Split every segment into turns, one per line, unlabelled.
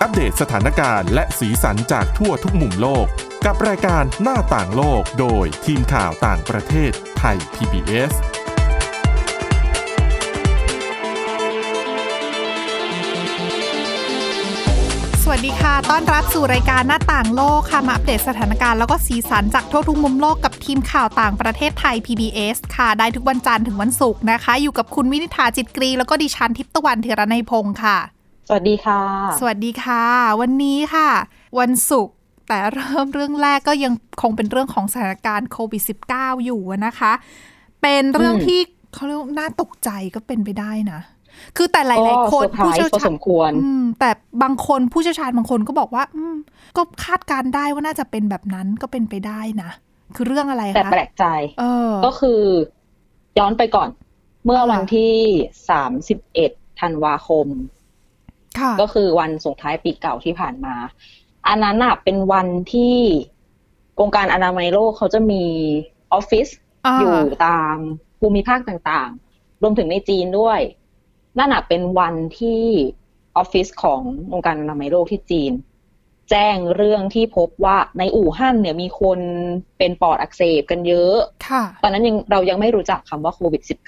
อัปเดตสถานการณ์และสีสันจากทั่วทุกมุมโลก กับรายการหน้าต่างโลกโดยทีมข่าวต่างประเทศไทย PBS
สวัสดีค่ะ ต้อนรับสู่รายการหน้าต่างโลกค่ะ มาอัปเดตสถานการณ์แล้วก็สีสันจากทั่วทุกมุมโลกกับทีมข่าวต่างประเทศไทย PBS ค่ะ ได้ทุกวันจันทร์ถึงวันศุกร์นะคะ อยู่กับคุณวินิษฐาจิตกรี แล้วก็ดิฉันทิพย์ตะวันเทระในยพงค์ค่ะ
สวัสดีค่ะ
สวัสดีค่ะ วันนี้ค่ะ วันศุกร์แต่เริ่มเรื่องแรกก็ยังคงเป็นเรื่องของสถานการณ์โควิด -19 อยู่อะนะคะ เป็นเรื่อง
อืม
ที่เขาเรียกว่าน่าตกใจก็เป็นไปได้นะ คือแต่หลาย
ก็
ๆ คน
เซอร์ไพร
ผู้
ส์
เชี่ยว
พอ
ชา
ส
ญ
มควร
อืมแต่บางคนผู้เชี่ยวชาญบางคนก็บอกว่า อืม ก็คาดการณ์ได้ว่าน่าจะเป็นแบบนั้นก็เป็นไปได้นะ คือเรื่องอะไร
แต่
คะ
แปลกใจ
เออ
ก็คือย้อนไปก่อน เมื่อวันที่สามสิบเอ็ดธันวาคม
ค่ะ
ก็คือวันส่งท้ายปีเก่าที่ผ่านมา อันนั้นน่ะเป็นวันที่องค์การอนามัยโลกเขาจะมีออฟฟิศ
อ่า
อยู่ตามภูมิภาคต่างๆ รวมถึงในจีนด้วย นั่นน่ะเป็นวันที่ออฟฟิศขององค์การอนามัยโลกที่จีน แจ้งเรื่องที่พบว่าในอู่ฮั่นเนี่ยมีคนเป็นปอดอักเสบกันเยอะ
ค่ะ
ตอนนั้นยังเรายังไม่รู้จักคำว่าโควิด -19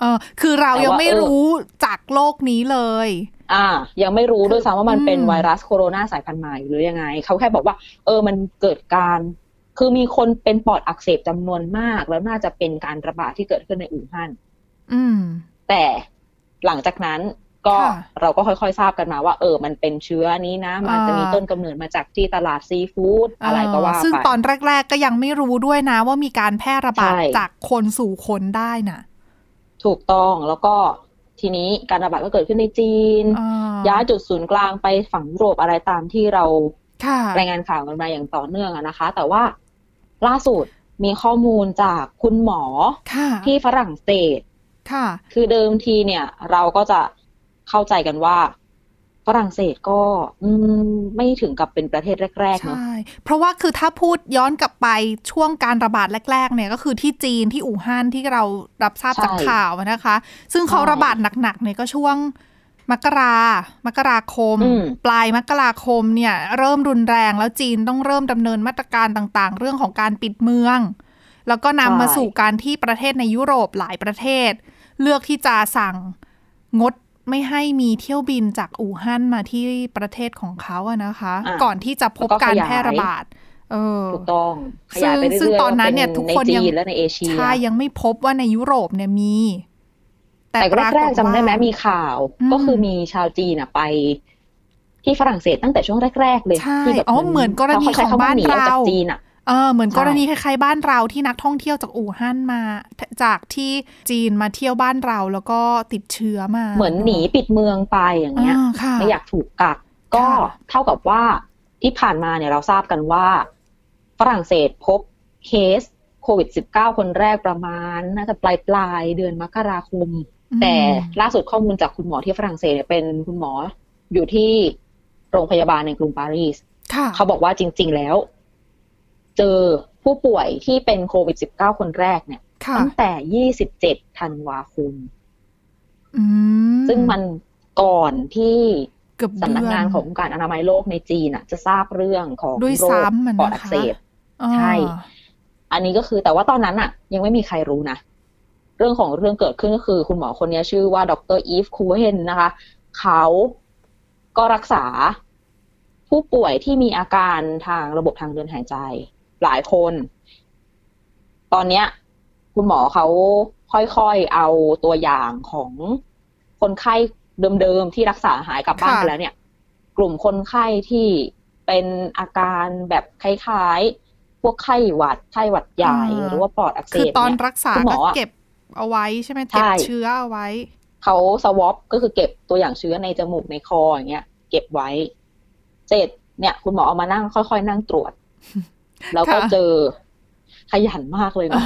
เออคือเรายังไม่
แต่ว่าเออ
รู้จากโลกนี้เลย
อ่า ยังไม่รู้ด้วยซ้ำว่ามันเป็น
อืม
ไวรัสโคโรนาสายพันธุ์ใหม่หรือยังไง เขาแค่บอกว่า เออมันเกิดการ คือมีคนเป็นปอดอักเสบจำนวนมาก แล้วน่าจะเป็นการระบาดที่เกิดขึ้นในอู่ฮั่น
อืม
แต่หลังจากนั้นก็
ค่ะ
เราก็ค่อยๆทราบกันมาว่า เออมันเป็นเชื้อนี้นะ มันจะมี
อ่า
ต้นกำเนิดมาจากที่ตลาดซีฟู้ดอะไรก็ว่า
เออซึ่ง
ไป
ตอนแรก ๆ ก็ยังไม่รู้ด้วยนะ ว่ามีการแพร่ระบาด
ใช่
จากคนสู่คนได้น่ะ
ถูกต้องแล้วก็ทีนี้การระบาดก็เกิดขึ้นในจีน
อ่
ย้ายจุดศูนย์กลางไปฝั่งยุโรปอะไรตามที่เรา
ค่ะ
รายงานข่าวกันมาอย่างต่อเนื่องอะนะคะ แต่ว่าล่าสุดมีข้อมูลจากคุณหมอ
ค่ะ
ที่ฝรั่งเศส
ค่ะ
คือเดิมทีเนี่ย เราก็จะเข้าใจกันว่า ฝรั่งเศสก็อืมไม่ถึงกับเป็นประเทศแรกๆเนาะ
ใช่ เพราะว่าคือถ้าพูดย้อนกลับไปช่วงการระบาดแรก ๆ เนี่ยก็คือที่จีนที่อู่ฮั่นที่เรารับทราบจากข่าวอะนะคะ ซึ่งเขาระบาดหนักๆเนี่ยก็ช่วงมกรามกราคม
อืม
ปลายมกราคมเนี่ยเริ่มรุนแรงแล้วจีนต้องเริ่มดำเนินมาตรการต่างๆ เรื่องของการปิดเมือง แล้วก็นำมา
ใช่
สู่การที่ประเทศในยุโรปหลายประเทศ เลือกที่จะสั่งงดไม่ให้มีเที่ยวบินจากอู่ฮั่นมาที่ประเทศของเขาอะนะคะ
อ่ะ
ก่อนที่จะพบ
แล้วก็ข
การ
ยาย
แพร่ระบาด เออ
ถูกต้องขยายไปเรื่อยๆ
ซึ่งตอนนั้นเนี่ย
ว่า
ทุกคน
ใจี
ยัง
นและในเอเชีย
ใช่ยังไม่พบว่าในยุโรปเนี่ยมี แต่
แต่
ปรา
แร
กฏ
กๆจำได้ไหม
ว่า
มีข่าว
อืม
ก็คือมีชาวจีนอะไป ที่ฝรั่งเศสตั้งแต่ช่วงแรกๆเลย
ใช่
ที่แบบ
อ๋อเหมือนกรณีข
เขาใช้
อง
คำว่
บ้าน
หนีออก
เรา
จากจีนอะ
เออเหมือน
ใช่
กรณีคล้ายๆบ้านเราที่นักท่องเที่ยวจากอู่ฮั่นมา จากที่จีนมาเที่ยวบ้านเราแล้วก็ติดเชื้อมา
เหมือนหนีปิดเมืองไปอย่างเงี้ย
อ่าค่ะ
ไม่อยากถูกกัก ก็
ค่ะ
เท่ากับว่าที่ผ่านมาเนี่ยเราทราบกันว่า ฝรั่งเศสพบเคสโควิด -19 คนแรกประมาณ น่าจะปลายปลายๆเดือนมกราคม
อืม
แต่ล่าสุดข้อมูลจากคุณหมอที่ฝรั่งเศสเนี่ยเป็นคุณหมออยู่ที่โรงพยาบาลในกรุงปารีส
ค่ะ
เขาบอกว่าจริง ๆแล้ว เจอผู้ป่วยที่เป็นโควิด -19 คนแรกเนี่ย
ค่ะ
ตั้งแต่ 27 ธันวาคม
อืม
ซึ่งมันก่อนที่
เกือบ
สำนัก
เดื
งานขององค์การอนามัยโลกในจีนน่ะจะทราบเรื่องของ
ด้วย
โรค
ซ้ำมัน
ปอด
นะ
อัก
คะ
เสบ
อ่า
ใช่ อันนี้ก็คือแต่ว่าตอนนั้นอ่ะ ยังไม่มีใครรู้นะ เรื่องของเรื่องเกิดขึ้นก็คือ คุณหมอคนนี้ชื่อว่าดรอีฟคูเฮนนะคะ เขาก็รักษาผู้ป่วยที่มีอาการทางระบบทางเดินหายใจ หลายคน ตอนเนี้ย คุณหมอเขาค่อยๆเอาตัวอย่างของคนไข้เดิมๆที่รักษาหายกลับบ้านไปแล้วเนี่ย กลุ่มคนไข้ที่เป็นอาการแบบคล้ายๆ พวกไข้หวัดไข้หวัดใหญ่หรือว่าปอดอักเสบ
คือตอน
เนี่ย
รักษา
คุณหม
ก็
ออะ
เก็บเอาไว้ใช่ไหมเก็บ
ใช่
เชื้อเอาไว้
เขาสวอปก็คือเก็บตัวอย่างเชื้อในจมูกในคออย่างเงี้ย เก็บไว้เสร็จเนี่ย คุณหมอเอามานั่งค่อยๆ นั่งตรว จ แล้วก็
ค่ะ
เจอขยันมากเลยเนาะ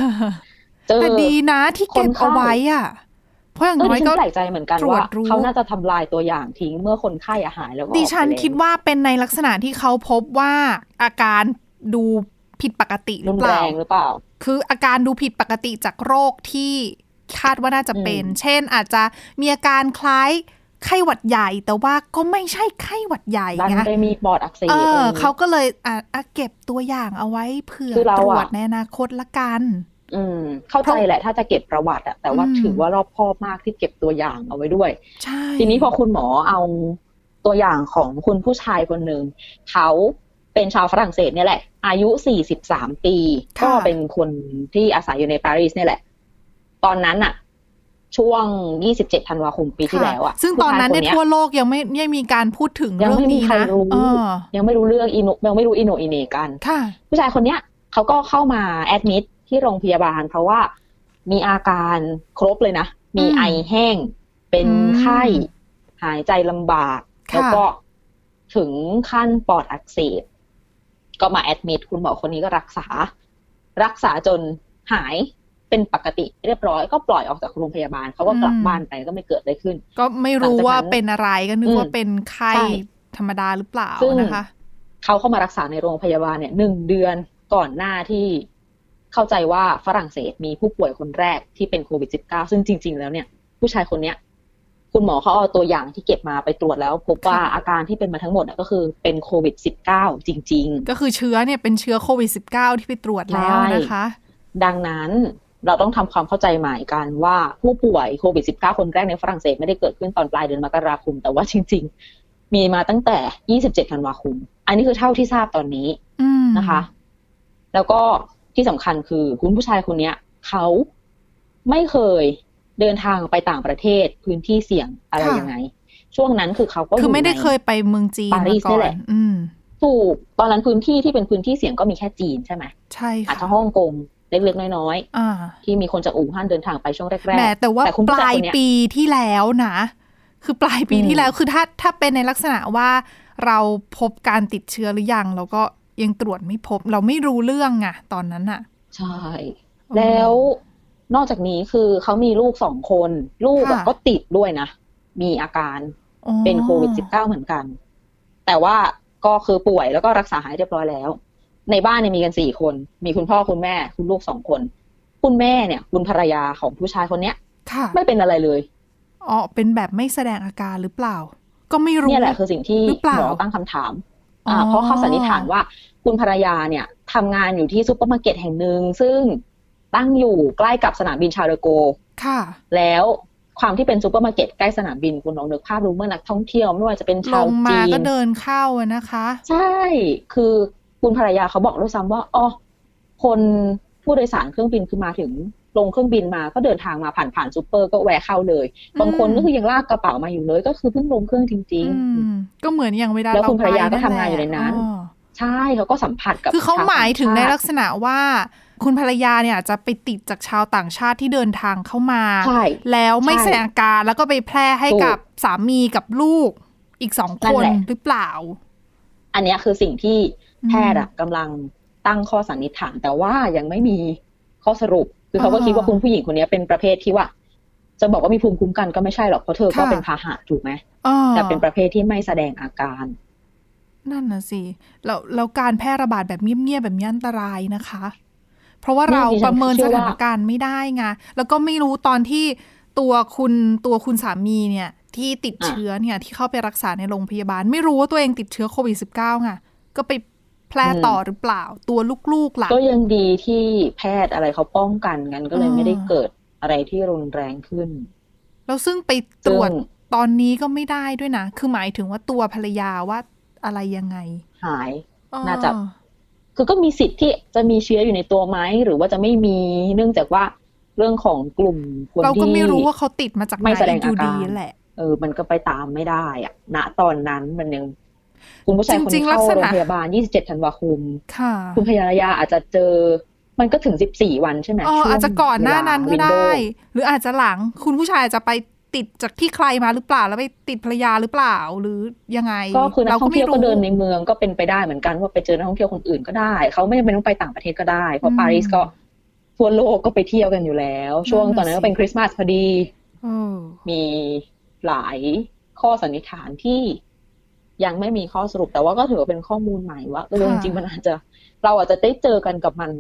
เจอ
แต่ดีนะที่เก็บ
คนไข้
เอาไว้อ่ะ เพราะอย่าง
เออ
น้อย
ดิฉั
ก็
นแปลกใจเหมือนกัน
ตรวจ
ว่า
รู้
เขาน่าจะทำลายตัวอย่างทิ้งเมื่อคนไข้อาหารแล้วก็ออกไป
ดิฉัน
แล้ว
คิดว่าเป็นในลักษณะที่เขาพบว่าอาการดูผิดปกติหรื
รุ
อน เป
แร
ล่า
งหรือเปล่า
คืออาการดูผิดปกติจากโรคที่คาดว่าน่าจะเป็น
อืม
เช่นอาจจะมีอาการคล้าย ไข้หวัดใหญ่ แต่ว่าก็ไม่ใช่ไข้หวัดใหญ่
ดัน
นะ
ไปมีปอดอักเสบ
เอ
อะไร
อ
อย่างงี้
เขาก็เลยอ่ะอ่ะเก็บตัวอย่างเอาไว้เผื่อ
คือเรา
ตรวจ
อะ
ในอนาคตละกัน
อืม เข้าใจแหละถ้าจะเก็บประวัติอะแต่ว่า
อืม
ถือว่ารอบคอบมากที่เก็บตัวอย่างเอาไว้ด้วย
ใช่
ทีนี้พอคุณหมอเอาตัวอย่างของคุณผู้ชายคนหนึ่งเขาเป็นชาวฝรั่งเศสเนี่ยแหละ อายุ 43 ปี ก็เป็นคนที่อาศัยอยู่ในปารีสเนี่ยแหละ ตอนนั้นอะช่วง 27 ธันวาคมปีที่
ค่ะ
แล้วอะ
ซึ่งตอนนั้น
ผู้
เนี่ย
ชายค
ทั่วโลกยังไม่ยังมีการพูดถึง
ยัง
เรื่อง
ไม่มี
นี้
ใคร
นะ
รู้
เออ
ยังไม่รู้เรื่องอิโนยังไม่รู้อิโนอิเนกัน
ค่ะ
ผู้ชายคนเนี้ยเขาก็เข้ามาแอดมิดที่โรงพยาบาล เพราะว่ามีอาการครบเลยนะ มี
อืม
ไอแห้ง เป็นไข้
อืม
หายใจลำบาก
ค่ะ
แล้วก็ถึงขั้นปอดอักเสบก็มาแอดมิดคุณหมอคนนี้ก็รักษา รักษาจนหายเป็นปกติเรียบร้อย ก็ปล่อยออกจากโรงพยาบาลเขาก็กลับบ้านไปก็ไม่เกิดอะไรขึ้น
ก็ไม่รู้ว่าเป็นอะไรก็นึก
อืม
ว่าเป็นไข้
ใช่
ธรรมดาหรือเปล่า
ซึ่ง
นะคะ
เขาเข้ามารักษาในโรงพยาบาลเนี่ยหนึ่งเดือนก่อนหน้าที่เข้าใจว่าฝรั่งเศสมีผู้ป่วยคนแรกที่เป็นโควิด -19 ซึ่งจริง ๆ แล้วเนี่ย ผู้ชายคนเนี้ย คุณหมอเขาเอาตัวอย่างที่เก็บมาไปตรวจแล้ว พบว่า
ค่ะ
อาการที่เป็นมาทั้งหมดอะก็คือเป็นโควิด -19 จริง
ก็คือเชื้อเนี่ยเป็นเชื้อโควิด -19 ที่ไปตรวจแล้วนะคะ
ๆ ดังนั้นเราต้องทำความเข้าใจใหม่กันว่าผู้ป่วยโควิด -19 คนแรกในฝรั่งเศสไม่ได้เกิดขึ้นตอนปลายเดือนมกราคม แต่ว่าจริง ๆ มีมาตั้งแต่ 27 ธันวาคม อันนี้คือเท่าที่ทราบตอนนี้
อืม
นะคะ แล้วก็ที่สำคัญคือคุณผู้ชายคนเนี้ยเขาไม่เคยเดินทางไปต่างประเทศพื้นที่เสี่ยงอะไรยังไง ช่วงนั้นคือเขาก็
คือไม่ได้
ใน
เคยไปเมืองจีน
ปารี
มา
ส
ก่
นี่
อ
แห
น
ละ
อืม
ถูกตอนนั้นพื้นที่ที่เป็นพื้นที่เสี่ยงก็มีแค่จีนใช่ไหม
ใช่
อาจจะ
ค่ะ
ฮ่องกงเล็กๆน้อย
อ่า
ๆ ที่มีคนจากอู่ฮั่นเดินทางไปช่วงแรกๆ
แหมแต่ว่า
คุณ
ป
ผู้ชา
ลาย ย
คนเนี้ย
ปีที่แล้วนะ คือปลายปี
อืม
ที่แล้วคือถ้าถ้าเป็นในลักษณะว่าเราพบการติดเชื้อหรือยัง เราก็ยังตรวจไม่พบ เราไม่รู้เรื่องไงตอนนั้นอะ
ใช่ แล้วนอกจากนี้คือเขามีลูกสองคน ลูกอะก็ติดด้วยนะ มีอาการ
อ๋อ
เป็นโควิด -19 เหมือนกัน แต่ว่าก็คือป่วยแล้วก็รักษาหายเรียบร้อยแล้ว ในบ้านเนี่ยมีกันสี่คน มีคุณพ่อคุณแม่ คุณลูกสองคน คุณแม่เนี่ย คุณภรรยาของผู้ชายคนเนี้ย
ค่ะ
ไม่เป็นอะไรเลย
อ๋อ เป็นแบบไม่แสดงอาการหรือเปล่า ก็ไม่รู้
เนี่ยแหละคือสิ่งที่
หรือเปล่า
หมอตั้งคำถาม อ่าเพราะเขาสันนิษฐานว่าคุณภรรยาเนี่ยทำงานอยู่ที่ซูเปอร์มาร์เก็ตแห่งหนึ่งซึ่งตั้งอยู่ใกล้กับสนามบินชาร์เลโก
ค่ะ
แล้วความที่เป็นซูเปอร์มาร์เก็ตใกล้สนามบินคุณลองนึกภาพดูเมื่อนักท่องเที่ยวไม่ว่าจะเป็น
ล
ชาว
งมา
จีน
ก็เดินเข้าอะนะคะ
ใช่ คือคุณภรรยาเขาบอกด้วยซ้ำว่า อ๋อ คนผู้โดยสารเครื่องบินคือมาถึงลงเครื่องบินมาก็เดินทางมาผ่านผ่านซูเปอร์ก็แวะเข้าเลย บางคน
อืม
ก็คือยังลากกระเป๋ามาอยู่เลย ก็คือเพิ่งลงเครื่องจริง
อืมก็เหมือนอย่างเวลา
แล้ว
เรา
คุณภรรยา
ไป
ก็ทำงานอยู่ในนั้น
อ๋อ
ๆ ใช่เขาก็สัมผัสกับ
คือเขา
ชว
หมายถึงใน
ต่ช
ลักษณะว่า คุณภรรยาเนี่ยอาจจะไปติดจากชาวต่างชาติที่เดินทางเข้ามา
ใช่
แล้วไม่
ใช่
แสดงอาการแล้วก็ไปแพร่ให้
ถูก
กับสามีกับลูกอีกสอง
นั่
คน น
แหละ
หรือเปล่า
อันเนี้ยคือสิ่งที่แพทย์อะ
อืม
กำลังตั้งข้อสันนิษฐาน แต่ว่ายังไม่มีข้อสรุป คือเขาก็คิดว่า
อ่า
คุณผู้หญิงคนเนี้ยเป็นประเภทที่ว่า จะบอกว่ามีภูมิคุ้มกันก็ไม่ใช่หรอกเพราะเธอก็
ค่ะ
เป็นพาหะถูกไหม
อ่า
แต่เป็นประเภทที่ไม่แสดงอาการ
นั่นนะสิแล้วแล้วการแพร่ระบาดแบบเงียบๆแบบนี้อันตรายนะคะ เพราะว่า
เนี่ย
เรา
ดิ
ป
ฉัน
ระเมิน
เชื่
ส
อว่า
ถานการณ์ไม่ได้ไงแล้วก็ไม่รู้ตอนที่ตัวคุณตัวคุณสามีเนี่ยที่ติดเชื้อเนี่ยที่เข้าไปรักษาในโรงพยาบาล ไม่รู้ว่าตัวเองติดเชื้อโควิด -19 ไงก็ไปแพร่ต่อหรือเปล่า ตัวลูกๆล่ะ
ก็ยังดีที่แพทย์อะไรเขาป้องกันกันก็เลย
อ่า
ไม่ได้เกิดอะไรที่รุนแรงขึ้น
แล้วซึ่งไปตร
ซึ่ง
วจตอนนี้ก็ไม่ได้ด้วยนะ คือหมายถึงว่าตัวภรรยาว่าอะไรยังไง
หาย
อ๋อ
น่าจะ คือก็มีสิทธิ์ที่จะมีเชื้ออยู่ในตัวไหมหรือว่าจะไม่มีเนื่องจากว่าเรื่องของกลุ่มคน
เรา
ที่
ก็ไม่รู้ว่าเขาติดมาจากไหน
ไม่แสดงอา
อยู่
การ
ดีแหละ
เออมันก็ไปตามไม่ได้อะณตอนนั้นมันยังคุณผู้ชายคน
จริ
นี้
งๆลัก
เข้า
ษ
โร
ณะ
งพยาบาล 27 ธันวาคม
ค่ะ
คุณพยาลยาอาจจะเจอ มันก็ถึง 14 วันใช่ไหม
อ๋อ
ช่วง
อาจจะก่อนหน้านั้นก็
เวลา
ได้
window
หรืออาจจะหลังคุณผู้ชายจะไปติดจากที่ใครมาหรือเปล่าแล้วไปติดภรรยาหรือเปล่าหรือยังไง
ก็คือนัก
เรา
ท่อง
ไม่
เที่ยว
รู้
ก็เดินในเมืองก็เป็นไปได้เหมือนกันว่าไปเจอนักท่องเที่ยวคนอื่นก็ได้ เขาไม่จำเป็นต้องไปต่างประเทศก็ได้ เพ
อื
ราะ
ม
ปารีสก็ทั่วโลกก็ไปเที่ยวกันอยู่แล้ว ช่วง
นั่นน่ะ
ตอนนั้น
สิ
ก็เป็นคริสต์มาสพอดี
เออ
มีหลายข้อสันนิษฐานที่ยังไม่มีข้อสรุปแต่ว่าก็ถือว่าเป็นข้อมูลใหม่ว่าเออจริงๆมันอาจจะ เราอาจจะได้เจอกันกับมัน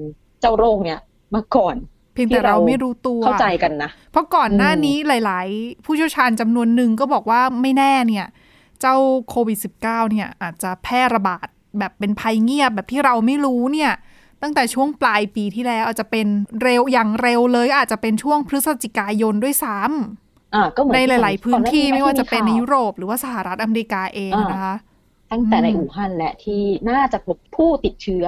เจ้าโรคเนี้ยมาก่อน
เพียงแต่เราไม่รู้ตัว
เข้าใจกันนะ
เพราะก่อนหน้านี้หลาย ๆ ผู้เชี่ยวชาญจำนวนหนึ่งก็บอกว่าไม่แน่เนี่ย เจ้าโควิด -19 เนี่ยอาจจะแพร่ระบาดแบบเป็นภัยเงียบแบบที่เราไม่รู้เนี่ย ตั้งแต่ช่วงปลายปีที่แล้วอาจจะเป็นเร็วอย่างเร็วเลย อาจจะเป็นช่วงพฤศจิกายนด้วยซ้
อ่าก็เหมื
ำ
อน
ในหลาย ๆ พื้นที่
ก่อ
ไม่ว่าจะเป็นใน
ข่
ยุโรปหรือว่าสหรัฐอเมริกาเอง
อ่าน
นะคะ
ตั้งแต่ใน
อืม
อู่ฮั่นและที่น่าจะพบผู้ติดเชื้อ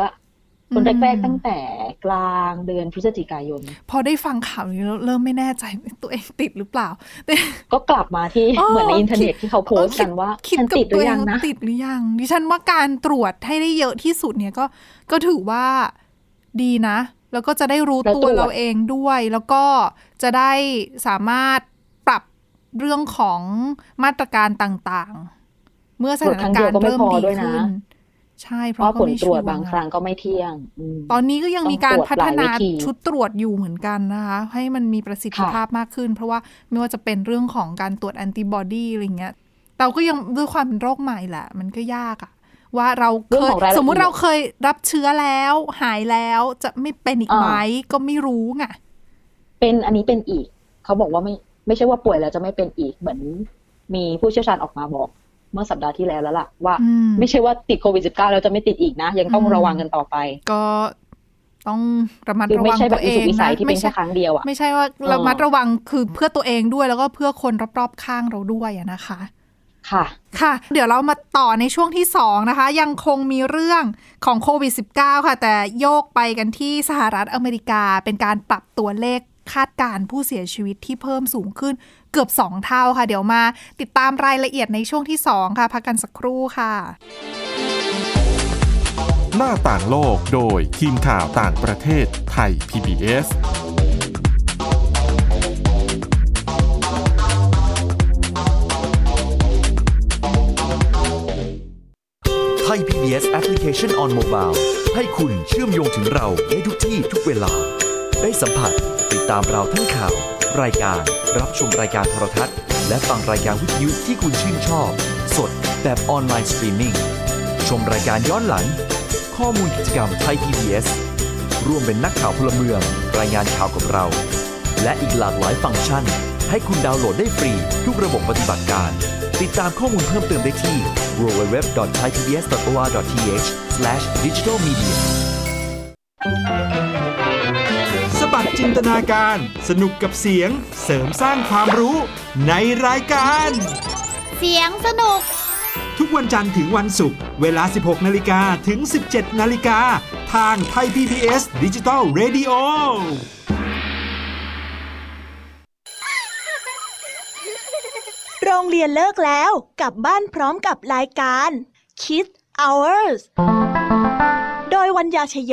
คน
อืม
แรกๆตั้งแต่กลางเดือนพฤศจิกายน
พอได้ฟังข่าวนี้แล้วเริ่มไม่แน่ใจตัวเองติดหรือเปล่าแต่
ก็กลับมาที่
อ๋อ
เหมือนในอินเทอร์เน็ต
คิด
ที่เขาโพสต์กันว่า
เออคิด
ฉัน
กับ
ติดห
ตั
รื
ว
อ
เอ
ยัง งนะ
ติดหรือยัง ดิฉันว่าการตรวจให้ได้เยอะที่สุดเนี่ยก็ก็ถือว่าดีนะ แล้วก็จะได้รู้
แล้ว
ตัว
ตรวจ
เราเองด้วย แล้วก็จะได้สามารถปรับเรื่องของมาตรการต่างๆ เมื่อสถานการณ์เริ่มดีขึ้นใช่
เพราะผล
ไม่
ตรวจ
ชัร์
บางครั้งก็ไม่เที่ยงอืม
ตอนนี้ก็ยังมีการพัฒนา
ต้องตรวจหลายวิธี
ชุดตรวจอยู่เหมือนกันนะคะ ให้มันมีประสิทธิ
ค่ะ
ภาพมากขึ้น เพราะว่าไม่ว่าจะเป็นเรื่องของการตรวจแอนติบอดีอะไรเงี้ย เราก็ยังด้วยความเป็นโรคใหม่แหละ มันก็ยากอะว่าเรา
เรื่
เคย
องของรายละเอียด
สมมุติเราเคยรับเชื้อแล้ว หายแล้วจะไม่เป็นอีก
อ่า
ไหมก็ไม่รู้ไง
เป็นอันนี้เป็นอีก เขาบอกว่าไม่ไม่ใช่ว่าป่วยแล้วจะไม่เป็นอีกเหมือนมีผู้เชี่ยวชาญออกมาบอก เมื่อสัปดาห์ที่แล้วแล้วล่ะว่า
อืม
ไม่ใช่ว่าติดโควิด -19 แล้วจะไม่ติดอีกนะ ยังต้อง
อืม
ระวังกันต่อไป
ก็ต้องระมัด
คือ
ระ
ไม่
วัง
ใช่แบ
ตั
บ
ว
อิ
เอ
สุ
ง
กอิสั
นะ
ยที่เป็
ไม่
น
ใช่
แค่ครั้งเดียวอ่ะ
ไม่ใช่ว่า
อ่า
ระมัดระวังคือเพื่อตัวเองด้วยแล้วก็เพื่อคนรอบๆข้างเราด้วยอะนะคะ
ค่ะ
ค่ะ เดี๋ยวเรามาต่อในช่วงที่ 2 นะคะ ยังคงมีเรื่องของโควิด -19 ค่ะ แต่โยกไปกันที่สหรัฐอเมริกาเป็นการปรับตัวเลขคาดการณ์ผู้เสียชีวิตที่เพิ่มสูงขึ้นเกือบ 2 เท่าค่ะ เดี๋ยวมาติดตามรายละเอียดในช่วงที่ 2 ค่ะ พักกันสักครู่ค่ะ
หน้าต่างโลกโดยทีมข่าวต่างประเทศไทย PBS
ไทย PBS Application on Mobile ให้คุณเชื่อมโยงถึงเราในทุกที่ทุกเวลา ได้สัมผัสติดตามเราทั้งข่าว รายการ รับชมรายการโทรทัศน์ และฟังรายการวิทยุที่คุณชื่นชอบ สดแบบออนไลน์สตรีมมิ่งชมรายการย้อนหลัง ข้อมูลกิจกรรมไทย PBS ร่วมเป็นนักข่าวพลเมือง รายงานข่าวกับเรา และอีกหลากหลายฟังก์ชัน ให้คุณดาวน์โหลดได้ฟรีทุกระบบปฏิบัติการ ติดตามข้อมูลเพิ่มเติมได้ที่ www.thaipbs.or.th/digitalmedia
สบัดจินตนาการ สนุกกับเสียง เสริมสร้างความรู้ในรายการ
เสียงสนุก
ทุกวันจันทร์ถึงวันศุกร์เวลา 16 นาฬิกาถึง 17 นาฬิกา ทางไทย PPS ดิจิตอล Radio
โรงเรียนเลิกแล้วกลับบ้านพร้อมกับรายการ Kids Hours โดยวัญญาชยโย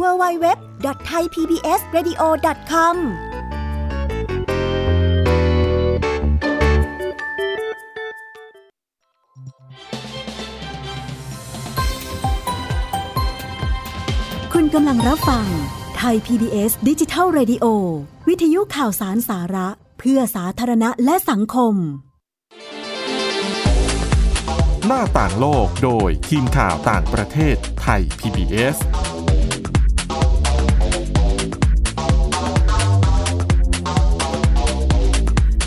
www.thaipbsradio.com คุณกำลังรับฟังไทย PBS ดิจิทัล Radio วิทยุข่าวสารสาระ เพื่อสาธารณะและสังคม
หน้าต่างโลกโดยทีมข่าวต่างประเทศไทย PBS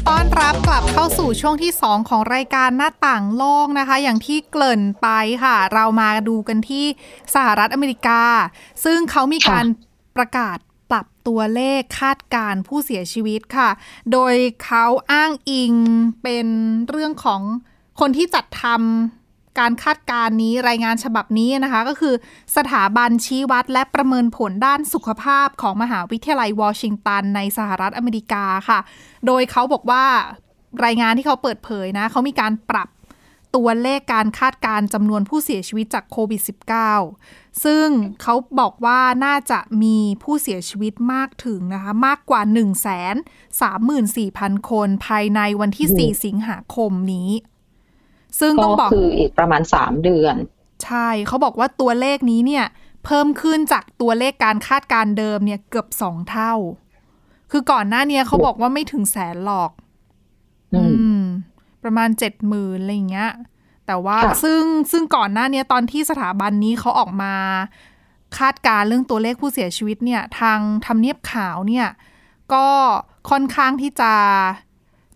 ต้อนรับกลับเข้าสู่ช่วงที่ 2 ของรายการหน้าต่างโลกนะคะ อย่างที่เกริ่นไปค่ะ เรามาดูกันที่สหรัฐอเมริกา ซึ่งเขามีการประกาศปรับตัวเลขคาดการณ์ผู้เสียชีวิตค่ะ โดยเขาอ้างอิงเป็นเรื่องของคนที่จัดทำการคาดการณ์นี้รายงานฉบับนี้นะคะ ก็คือสถาบันชี้วัดและประเมินผลด้านสุขภาพของมหาวิทยาลัยวอชิงตันในสหรัฐอเมริกาค่ะ โดยเขาบอกว่ารายงานที่เขาเปิดเผยนะ เขามีการปรับ ตัวเลขการคาดการณ์จำนวนผู้เสียชีวิตจากโควิด -19 ซึ่งเขาบอกว่าน่าจะมีผู้เสียชีวิตมากถึงนะคะ มากกว่า 1 3 4 0 0 0 คนภายในวันที่ 4 สิงหาคมนี้ ซึ่งต้องบอก
ก็คืออีกประมาณสามเดือน
ใช่เขาบอกว่าตัวเลขนี้เนี่ยเพิ่มขึ้นจากตัวเลขการคาดการณ์เดิมเนี่ยเกือบสองเท่า คือก่อนหน้าเนี้ยเขาบอกว่าไม่ถึงแสนหรอก
อืม
อืม ประมาณเจ็ดหมื่นอะไรอย่างเงี้ย แต่ว่า
ค่ะ
ซึ่งซึ่งก่อนหน้าเนี้ยตอนที่สถาบันนี้เขาออกมาคาดการณ์เรื่องตัวเลขผู้เสียชีวิตเนี่ย ทางทำเนียบขาวเนี่ย ก็ค่อนข้างที่จะ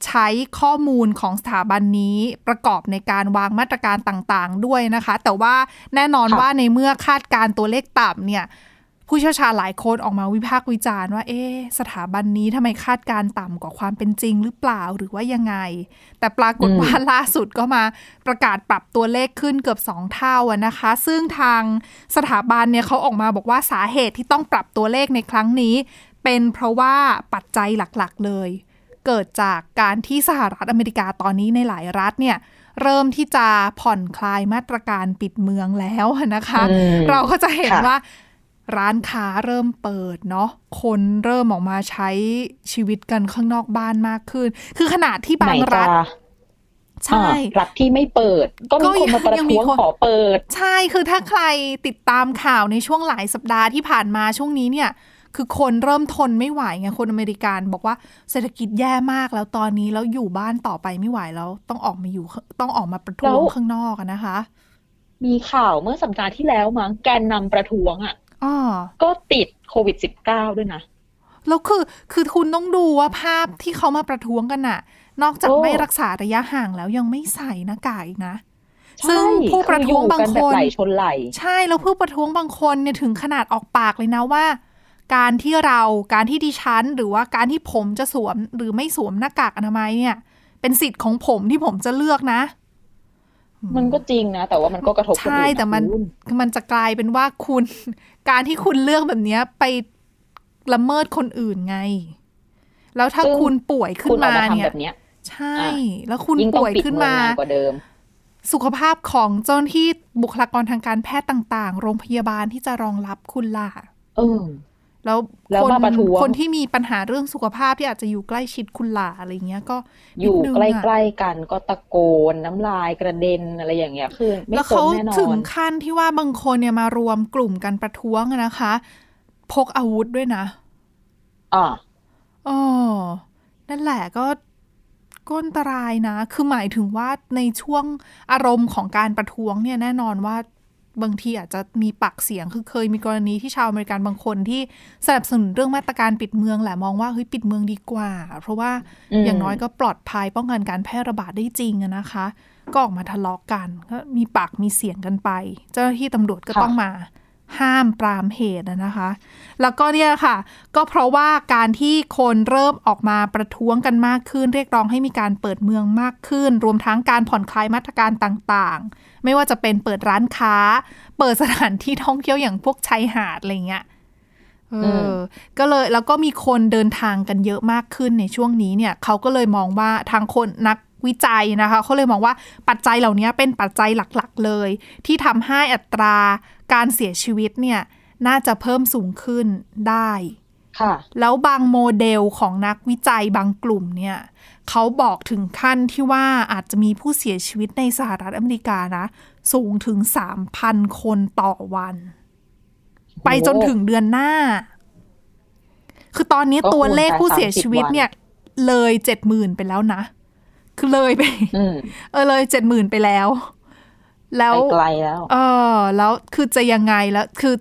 ใช้ข้อมูลของสถาบันนี้ประกอบในการวางมาตรการต่างๆ ด้วยนะคะ แต่ว่าแน่นอน
ค่ะ
ว่าในเมื่อคาดการณ์ตัวเลขต่ำเนี่ย ผู้เชี่ยวชาญหลายคนออกมาวิพากษ์วิจารณ์ว่า เอ๊ะสถาบันนี้ทำไมคาดการณ์ต่ำกว่าความเป็นจริงหรือเปล่าหรือว่ายังไง แต่ปรากฏว่าล่าสุดก็มาประกาศปรับตัวเลขขึ้นเกือบ 2 เท่าอะนะคะ ซึ่งทางสถาบันเนี่ยเขาออกมาบอกว่าสาเหตุที่ต้องปรับตัวเลขในครั้งนี้ เป็นเพราะว่าปัจจัยหลักๆเลย เกิดจากการที่สหรัฐอเมริกาตอนนี้ในหลายรัฐเนี่ยเริ่มที่จะผ่อนคลายมาตรการปิดเมืองแล้วอะนะคะ
อืม
เราก็จะเห็น
ค่ะ
ว่า ร้านค้าเริ่มเปิดเนาะคนเริ่มออกมาใช้ชีวิตกันข้างนอกบ้านมากขึ้น คือขนาดที่บางรัฐ
ไหนจะ
ใช่
อ่ารัฐที่ไม่เปิด ก็มีคนมาประ
ยังมี
ท้ว
คน
งขอเปิด
ใช่คือถ้าใครติดตามข่าวในช่วงหลายสัปดาห์ที่ผ่านมาช่วงนี้เนี่ย คือคนเริ่มทนไม่ไหวไงคนอเมริกันบอกว่าเศรษฐกิจแย่มากแล้วตอนนี้แล้วอยู่บ้านต่อไปไม่ไหวแล้ว ต้องออกมาอยู่ข้างต้องออกมาประท้วง
แล้ว
ข้างนอกอะนะคะ
มีข่าวเมื่อสัปดาห์ที่แล้วมั้งแกนนำประท้วงอ่ะ
อ๋อ
ก็ติดโควิด -19 ด้วยนะ
แล้วคือคือคุณต้องดูว่าภาพที่เขามาประท้วงกันน่ะ นอกจาก
โอ้
ไม่รักษาระยะห่างแล้วยังไม่ใส่หน้ากากอีกนะ
ใช่
ซึ่งผู้ประท้วงบางค
คืออยู่กัน
น
แบบไหล่ชนไหล่
ใช่แล้วผู้ประท้วงบางคนเนี่ยถึงขนาดออกปากเลยนะว่า การที่เราการที่ดิฉัน หรือว่าการที่ผมจะสวมหรือไม่สวมหน้ากากอนามัยเนี่ย เป็นสิทธิ์ของผมที่ผมจะเลือกนะ
มันก็จริงนะ แต่ว่ามันก็กระทบคน
ใช่
อื่น
แต่มัน
คุณ
มันจะกลายเป็นว่าคุณ การที่คุณเลือกแบบเนี้ยไปละเมิดคนอื่นไง แล้วถ้าคุณป่วยขึ้
คุ
น
ณออก
มา
มาทำ
เนี่ย
แบบเนี้ย
ใช่
อ่ะ
แล้วคุณ
ยิ่งต้อ
ป่
ง
วย
ปิด
ขึ้น
เมือง
มา
นานกว่าเดิม
สุขภาพของเจ้าหน้าที่บุคลากรทางการแพทย์ต่างๆ โรงพยาบาลที่จะรองรับคุณล่ะ
เออ
แล้ว
แล้ว
คน
มาประท้วง
คนที่มีปัญหาเรื่องสุขภาพที่อาจจะอยู่ใกล้ชิดคุณล่ะอะไรเงี้ยก็
อ
นิด
ยู่
นึง
ใ
อะ
กล้ๆกันก็ตะโกนน้ำลายกระเด็นอะไรอย่างเงี้ยคือไม่
แล้ว
พ้น
เขา
แน่นอ
ถึง
น
ขั้นที่ว่าบางคนเนี่ยมารวมกลุ่มกันประท้วงอะนะคะ พกอาวุธด้วยนะ
อ่า
อ๋อนั่นแหละก็ก้นตรายนะ คือหมายถึงว่าในช่วงอารมณ์ของการประท้วงเนี่ยแน่นอนว่าบางทีอาจจะมีปากเสียงคือเคยมีกรณีที่ชาวอเมริกันบางคนที่สนับสนุนเรื่องมาตรการปิดเมืองแหละมองว่าเฮ้ยปิดเมืองดีกว่า เพราะว่า
อืม
อย่างน้อยก็ปลอดภัยป้องกันการแพร่ระบาดได้จริงอะนะคะ ก็ออกมาทะเลาะกันก็มีปากมีเสียงกันไป เจ้าหน้าที่ตำรวจก็
ค่ะ
ต้องมาห้ามปรามเหตุอะนะคะ แล้วก็เนี่ยค่ะ ก็เพราะว่าการที่คนเริ่มออกมาประท้วงกันมากขึ้น เรียกร้องให้มีการเปิดเมืองมากขึ้น รวมทั้งการผ่อนคลายมาตรการต่างๆ ไม่ว่าจะเป็นเปิดร้านค้า เปิดสถานที่ท่องเที่ยวอย่างพวกชายหาดอะไรเงี้ยเอออ ก็เลยแล้วก็มีคนเดินทางกันเยอะมากขึ้นในช่วงนี้เนี่ยเขาก็เลยมองว่าทางคนนักวิจัยนะคะเขาเลยมองว่าปัจจัยเหล่านี้เป็นปัจจัยหลักๆเลย ที่ทำให้อัตราการเสียชีวิตเนี่ยน่าจะเพิ่มสูงขึ้นได้
ค่ะ
แล้วบางโมเดลของนักวิจัยบางกลุ่มเนี่ยเขาบอกถึงขั้นที่ว่าอาจจะมีผู้เสียชีวิตในสหรัฐอเมริกานะ สูงถึง 3,000 คนต่อวัน ไปจนถึงเดือนหน้า คือตอนนี้
ก็คูณ
ตัวเลข
ไป
ผู้เสียชีวิต
30วัน
เนี่ย เลยเจ็ดหมื่นไปแล้วนะ คือเลยไป
อืม
เออเลยเจ็ดหมื่นไปแล้ว แล้
ไป
ว
ไกลแล้ว
เออแล้วคือจะยังไงแล้วคือ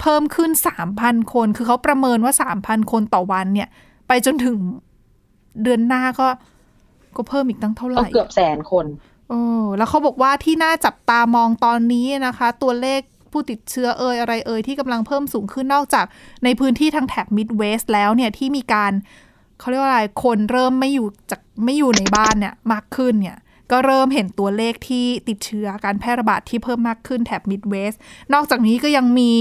เพิ่มขึ้น 3,000 คน คือเขาประเมินว่า 3,000 คนต่อวันเนี่ย ไปจนถึงเดือนหน้าก็ ก็เพิ่มอีกตั้งเท่าไห
ก็
ร่
เกือบแสนคน
เออแล้วเขาบอกว่าที่น่าจับตามองตอนนี้นะคะ ตัวเลขผู้ติดเชื้อเอ่ยอะไรเอ่ยที่กำลังเพิ่มสูงขึ้นนอกจากในพื้นที่ทางแถบมิดเวสแล้วเนี่ยที่มีการเขาเรียกว่าอะไรคนเริ่มไม่อยู่จากไม่อยู่ในบ้านเนี่ยมากขึ้นเนี่ย ก็เริ่มเห็นตัวเลขที่ติดเชื้อการแพร่ระบาดที่เพิ่มมากขึ้นแถบมิดเวส นอกจากนี้ก็ยังมี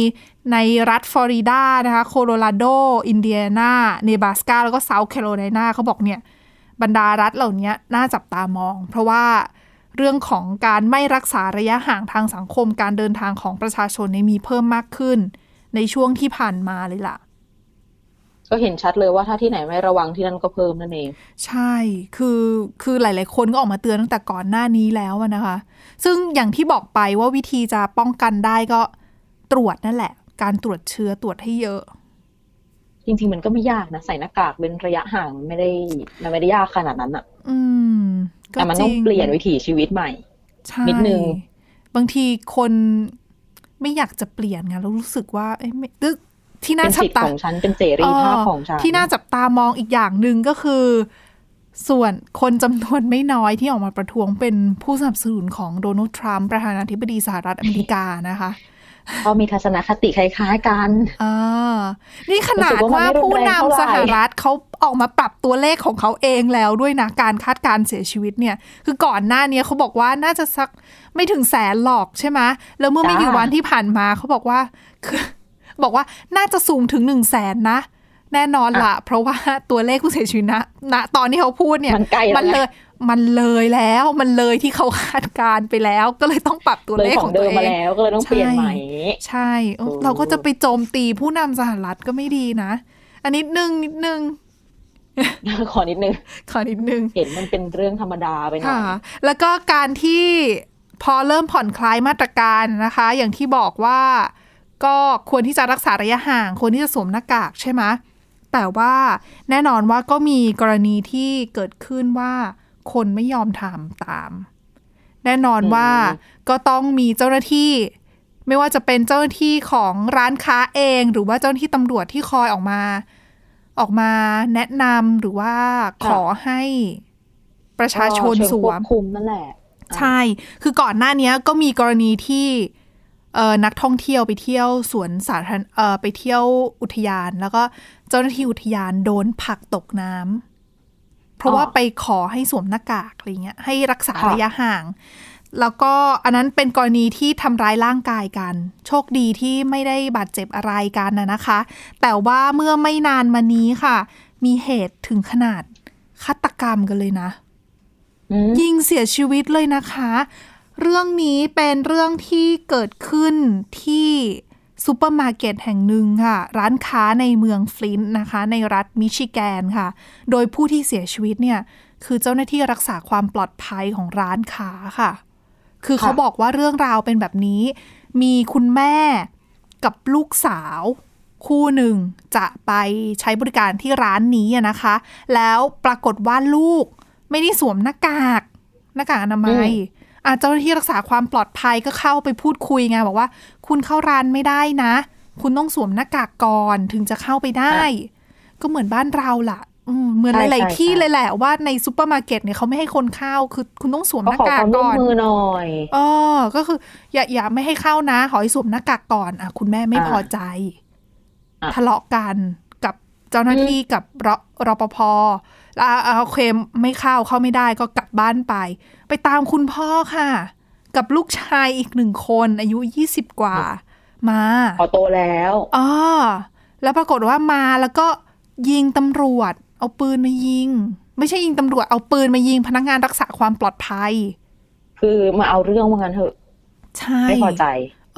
ในรัฐฟลอริดานะคะ โคโลราโด อินเดียนาเนบาสกา แล้วก็เซาท์แคโรไลนาเขาบอกเนี่ย บรรดารัฐเหล่านี้น่าจับตามอง เพราะว่า เรื่องของการไม่รักษาระยะห่างทางสังคมการเดินทางของประชาชนเนี่ยมีเพิ่มมากขึ้น ในช่วงที่ผ่านมาเลยล่ะ
ก็เห็นชัดเลยว่าถ้าที่ไหนไม่ระวังที่นั่นก็เพิ่มนั่นเอง
ใช่ คือ คือหลาย ๆ คนก็ออกมาเตือนตั้งแต่ก่อนหน้านี้แล้วอะนะคะ ซึ่งอย่างที่บอกไปว่าวิธีจะป้องกันได้ก็ตรวจนั่นแหละ การตรวจเชื้อตรวจให้เยอะ
จริง ๆ มันก็ไม่ยากนะ ใส่หน้ากากเป็นระยะห่างมันไม่ได้มันไม่ได้ยากขนาดนั้นอะ
อืม ก็
แต่มันต้อง
จริ
เปลี่ยนวิถีชีวิตใหม่
ใช่
นิดนึง
บางทีคนไม่อยากจะเปลี่ยนไงแล้วรู้สึกว่าเอ้ยไม่ตึกที่น่า
เป็น
จับ
สิทธิ์
ตา
ของฉันเป็นเสรีภาพของฉัน
เที่น่าจับตามองอีกอย่างหนึ่งก็คือ ส่วนคนจำนวนไม่น้อยที่ออกมาประท้วงเป็นผู้สนับสนุนของโดนัลด์ทรัมป์ประธานาธิบดีสหรัฐอเมริกานะคะ
ก็มีทัศนคติคล้ายๆกัน
อ่านี่ขนาด
รู้สึก
ว่า
ว่ามันไม่
ผู้นำสหรัฐเขาออกมาปรับตัวเลขของเขาเองแล้วด้วยนะการคาดการณ์เสียชีวิตเนี่ย คือก่อนหน้าเนี้ยเขาบอกว่าน่าจะสักไม่ถึงแสนหรอกใช่ไหมแล้วเมื่อไม่
จ้า
กี่วันที่ผ่านมาเขาบอกว่าคือ บอกว่าน่าจะสูงถึงหนึ่งแสนนะ แน่นอนละเพราะว่าตัวเลขผู้เสียชีวิตนะณตอนที่เขาพูดเนี่ย
มันใกล้แล้ว
มันเลย มันเลยแล้วมันเลยที่เขาคาดการณ์ไปแล้ว ก็เลยต้องปรับตัว
เล
เลย ข
ข
ข
อ
อง ง
เดิ
ตัวเอ
มมาง แล้วก็เลยต้องเปลี่ยน
ใช่
ใหม่
ใช่เออ
โอ้
เราก็จะไปโจมตีผู้นำสหรัฐก็ไม่ดีนะ อันนิดนึงนิดนึง
ขอนิดนึง
ขอนิดนึง
เห็นมันเป็นเรื่องธรรมดาไปหน่อ
ค่ะ
ย
แล้วก็การที่พอเริ่มผ่อนคลายมาตรการนะคะ อย่างที่บอกว่า ก็ควรที่จะรักษาระยะห่าง ควรที่จะสวมหน้ากากใช่ไหมแต่ว่าแน่นอนว่าก็มีกรณีที่เกิดขึ้นว่าคนไม่ยอมทำตาม แน่นอนว่า
อืม
ก็ต้องมีเจ้าหน้าที่ ไม่ว่าจะเป็นเจ้าหน้าที่ของร้านค้าเอง หรือว่าเจ้าหน้าที่ตำรวจที่คอยออกมา ออกมาแนะนำหรือว่าขอให้ประชาชน
ก็เง
สว
คว
ม
บคุมนั่นแหละ
ใช่ คือก่อนหน้าเนี้ยก็มีกรณีที่เอ่อนักท่องเที่ยวไปเที่ยวสวนสาธารณเอ่อไปเที่ยวอุทยาน แล้วก็เจ้าหน้าที่อุทยานโดนผลักตกน้ำเพราะว่า
อ๋อ
ไปขอให้สวมหน้ากากอะไรเงี้ยให้รักษา
ค่ะ
ระยะห่าง แล้วก็อันนั้นเป็นกรณีที่ทำร้ายร่างกายกัน โชคดีที่ไม่ได้บาดเจ็บอะไรกันนะนะคะ แต่ว่าเมื่อไม่นานมานี้ค่ะ มีเหตุถึงขนาดฆาตกรรมกันเลยนะ
อืม
ยิงเสียชีวิตเลยนะคะ เรื่องนี้เป็นเรื่องที่เกิดขึ้นที่ซูเปอร์มาร์เก็ตแห่งหนึ่งค่ะ ร้านค้าในเมืองฟลินต์นะคะ ในรัฐมิชิแกนค่ะ โดยผู้ที่เสียชีวิตเนี่ย คือเจ้าหน้าที่รักษาความปลอดภัยของร้านค้าค่ะ คือเขาบอกว่าเรื่องราวเป็นแบบนี้ มีคุณแม่กับลูกสาว คู่หนึ่งจะไปใช้บริการที่ร้านนี้อะนะคะ แล้วปรากฏว่าลูกไม่ได้สวมหน้ากาก หน้ากากอนามัยอ่ะเจ้าหน้าที่รักษาความปลอดภัยก็เข้าไปพูดคุยไงบอกว่า คุณเข้าร้านไม่ได้นะ คุณต้องสวมหน้ากากก่อนถึงจะเข้าไปได้ ก็เหมือนบ้านเราล่ะอืมเหมือน
ใช่
หลาย
ใช่
ๆที่
ใช่
เลยแหละว่าในซูเปอร์มาร์เก็ตเนี่ยเขาไม่ให้คนเข้าคือคุณต้องสวมห
ก็ขอก
น้าา
ค
กก่อ
วามร่วม
น
มือหน่อย
เออก็คือ อย่าอย่าไม่ให้เข้านะ ขอให้สวมหน้ากากก่อนอ่ะคุณแม่ไม่
อ่า
พอใจ
อ่ะ
ทะเลาะกันกับเจ้าหน้าที่กับรรปภแล้วอ่ะอ่ะโอเคไม่เข้าเข้าไม่ได้ก็กลับบ้านไป ไปตามคุณพ่อค่ะ กับลูกชายอีกหนึ่งคน อายุยี่สิบกว่า
อ่ะ
มา
พอโตแล้ว
อ๋อแล้วปรากฏว่ามาแล้วก็ยิงตำรวจ เอาปืนมายิง ไม่ใช่ยิงตำรวจเอาปืนมายิงพนักงานรักษาความปลอดภัย
คือมาเอาเรื่องว่างั้นเถอะ
ใช่
ไม่พอใจ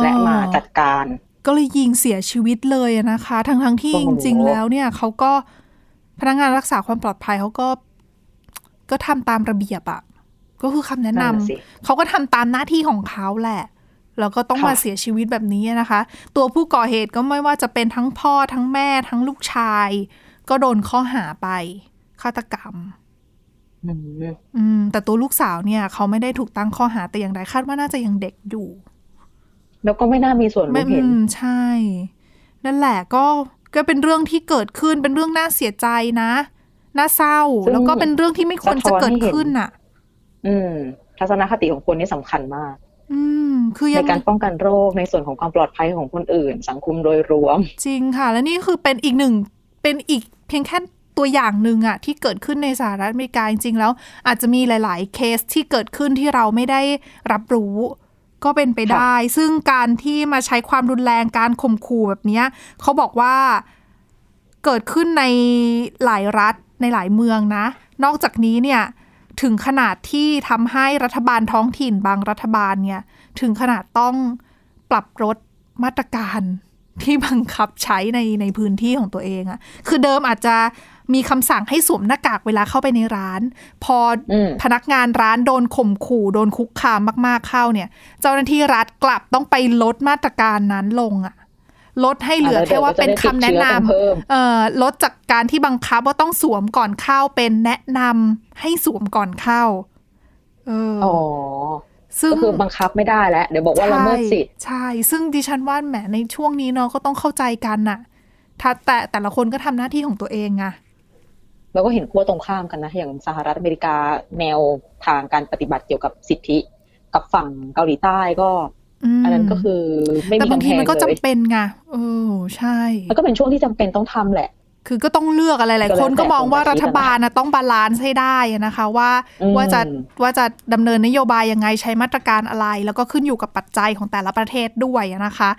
และ
อ๋อ
มาจัดการ
ก็เลยยิงเสียชีวิตเลยอะนะคะทั้งทั้งๆที่
โอ้
จ
โห
ริง ๆ แล้วเนี่ยเขาก็พนักงานรักษาความปลอดภัยเขาก็ก็ทำตามระเบียบอะก็คือคำแนะนำ
นั่นน่ะสิ
เขาก็ทำตามหน้าที่ของเขาแหละ แล้วก็ต้อง
ค่ะ
มาเสียชีวิตแบบนี้นะคะ ตัวผู้ก่อเหตุก็ไม่ว่าจะเป็นทั้งพ่อทั้งแม่ทั้งลูกชาย ก็โดนข้อหาไปฆาตกรรม
อืม
อืม แต่ตัวลูกสาวเนี่ยเขาไม่ได้ถูกตั้งข้อหาแต่อย่างใดคาดว่าน่าจะยังเด็กอยู่
แล้วก็ไม่น่ามีส่วน
ไม่
รู้เห็น
อืมใช่ นั่นแหละก็ก็เป็นเรื่องที่เกิดขึ้นเป็นเรื่องน่าเสียใจนะ น่าเศร้า
ซึ่ง
แล้วก็เป็นเรื่องที่ไม่ควรจะเกิดขึ้นน่ะ
ืม ทัศนคติของคนนี่สำคัญมาก
อืม คือ
ใน
ยัง
การป้องกันโรคในส่วนของความปลอดภัยของคนอื่น สังคมโดยรวม
จริงค่ะ และนี่คือเป็นอีกหนึ่งเป็นอีกเพียงแค่ตัวอย่างหนึ่งอะที่เกิดขึ้นในสหรัฐอเมริกาจริงๆแล้ว อาจจะมีหลาย ๆ เคสที่เกิดขึ้นที่เราไม่ได้รับรู้ ก็เป็นไปได้ ซึ่งการที่มาใช้ความรุนแรงการข่มขู่แบบเนี้ยเขาบอกว่า เกิดขึ้นในหลายรัฐในหลายเมืองนะ นอกจากนี้เนี่ย ถึงขนาดที่ทำให้รัฐบาลท้องถิ่นบางรัฐบาลเนี่ย ถึงขนาดต้องปรับลดมาตรการ ที่บังคับใช้ในในพื้นที่ของตัวเองอะคือเดิมอาจจะมีคำสั่งให้สวมหน้ากากเวลาเข้าไปในร้าน พออ
ม
พนักงานร้านโดนข่มขู่โดนคุกคามมากๆเข้าเนี่ย เจ้าหน้าที่รัฐกลับต้องไปลดมาตรการนั้นลงอะลดให้เหลือแค่ว่าเป็นคำแนะนำ
เพิ่ม
เอ่อลดจากการที่บังคับว่าต้องสวมก่อนเข้าเป็นแนะนำให้สวมก่อนเข้า เอออ
อ๋อ
ซึ่ง
ก็คือบังคับไม่ได้แล้ว เดี๋ยวบอกว่าละเมิดสิทธิ์
ใช่ใช่ ซึ่งดิฉันว่าแหมในช่วงนี้เนาะก็ต้องเข้าใจกันน่ะถ้าแต่แต่ละคนก็ทำหน้าที่ของตัวเองไง
แล้วก็เห็นขั้วตรงข้ามกันนะ อย่างสหรัฐอเมริกาแนวทางการปฏิบัติเกี่ยวกับสิทธิ กับฝั่งเกาหลีใต้ก็
ม
อันนั้นก็คือไม่
แต่
มี
บาง
กำแพ
ที
ง
มันก็จำ
เลย
เป็นไงเออใช่
มันก็เป็นช่วงที่จำเป็นต้องทำแหละ
คือก็ต้องเลือกอะไรหลาย
ก็แล้ว
ค
แต่
นก็มองว่า
คนจะ
รัฐบาลนะต้องบาลานซ์ให้ได้อะนะคะ ว่า
อืม
ว่าจะว่าจะดำเนินนโยบายยังไงใช้มาตรการอะไร แล้วก็ขึ้นอยู่กับปัจจัยของแต่ละประเทศด้วยอะนะคะ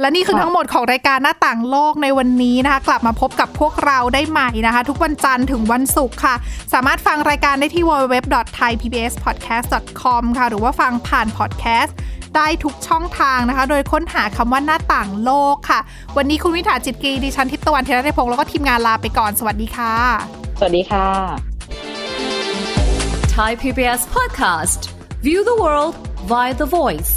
และนี่คือทั้งหมดของรายการหน้าต่างโลกในวันนี้นะคะ กลับมาพบกับพวกเราได้ใหม่นะคะ ทุกวันจันทร์ถึงวันศุกร์ค่ะ สามารถฟังรายการได้ที่ www.thaipbspodcast.com ค่ะ หรือว่าฟังผ่านพอดแคสต์ได้ทุกช่องทางนะคะ โดยค้นหาคำว่าหน้าต่างโลกค่ะ วันนี้คุณวิถาจิตกรีดิฉันทิพย์ตะวันเทระได้พงศ์แล้วก็ทีมงานลาไปก่อนสวัสดีค่ะ
สวัสดีค่ะ
Thai PBS podcast. View the world via the voice.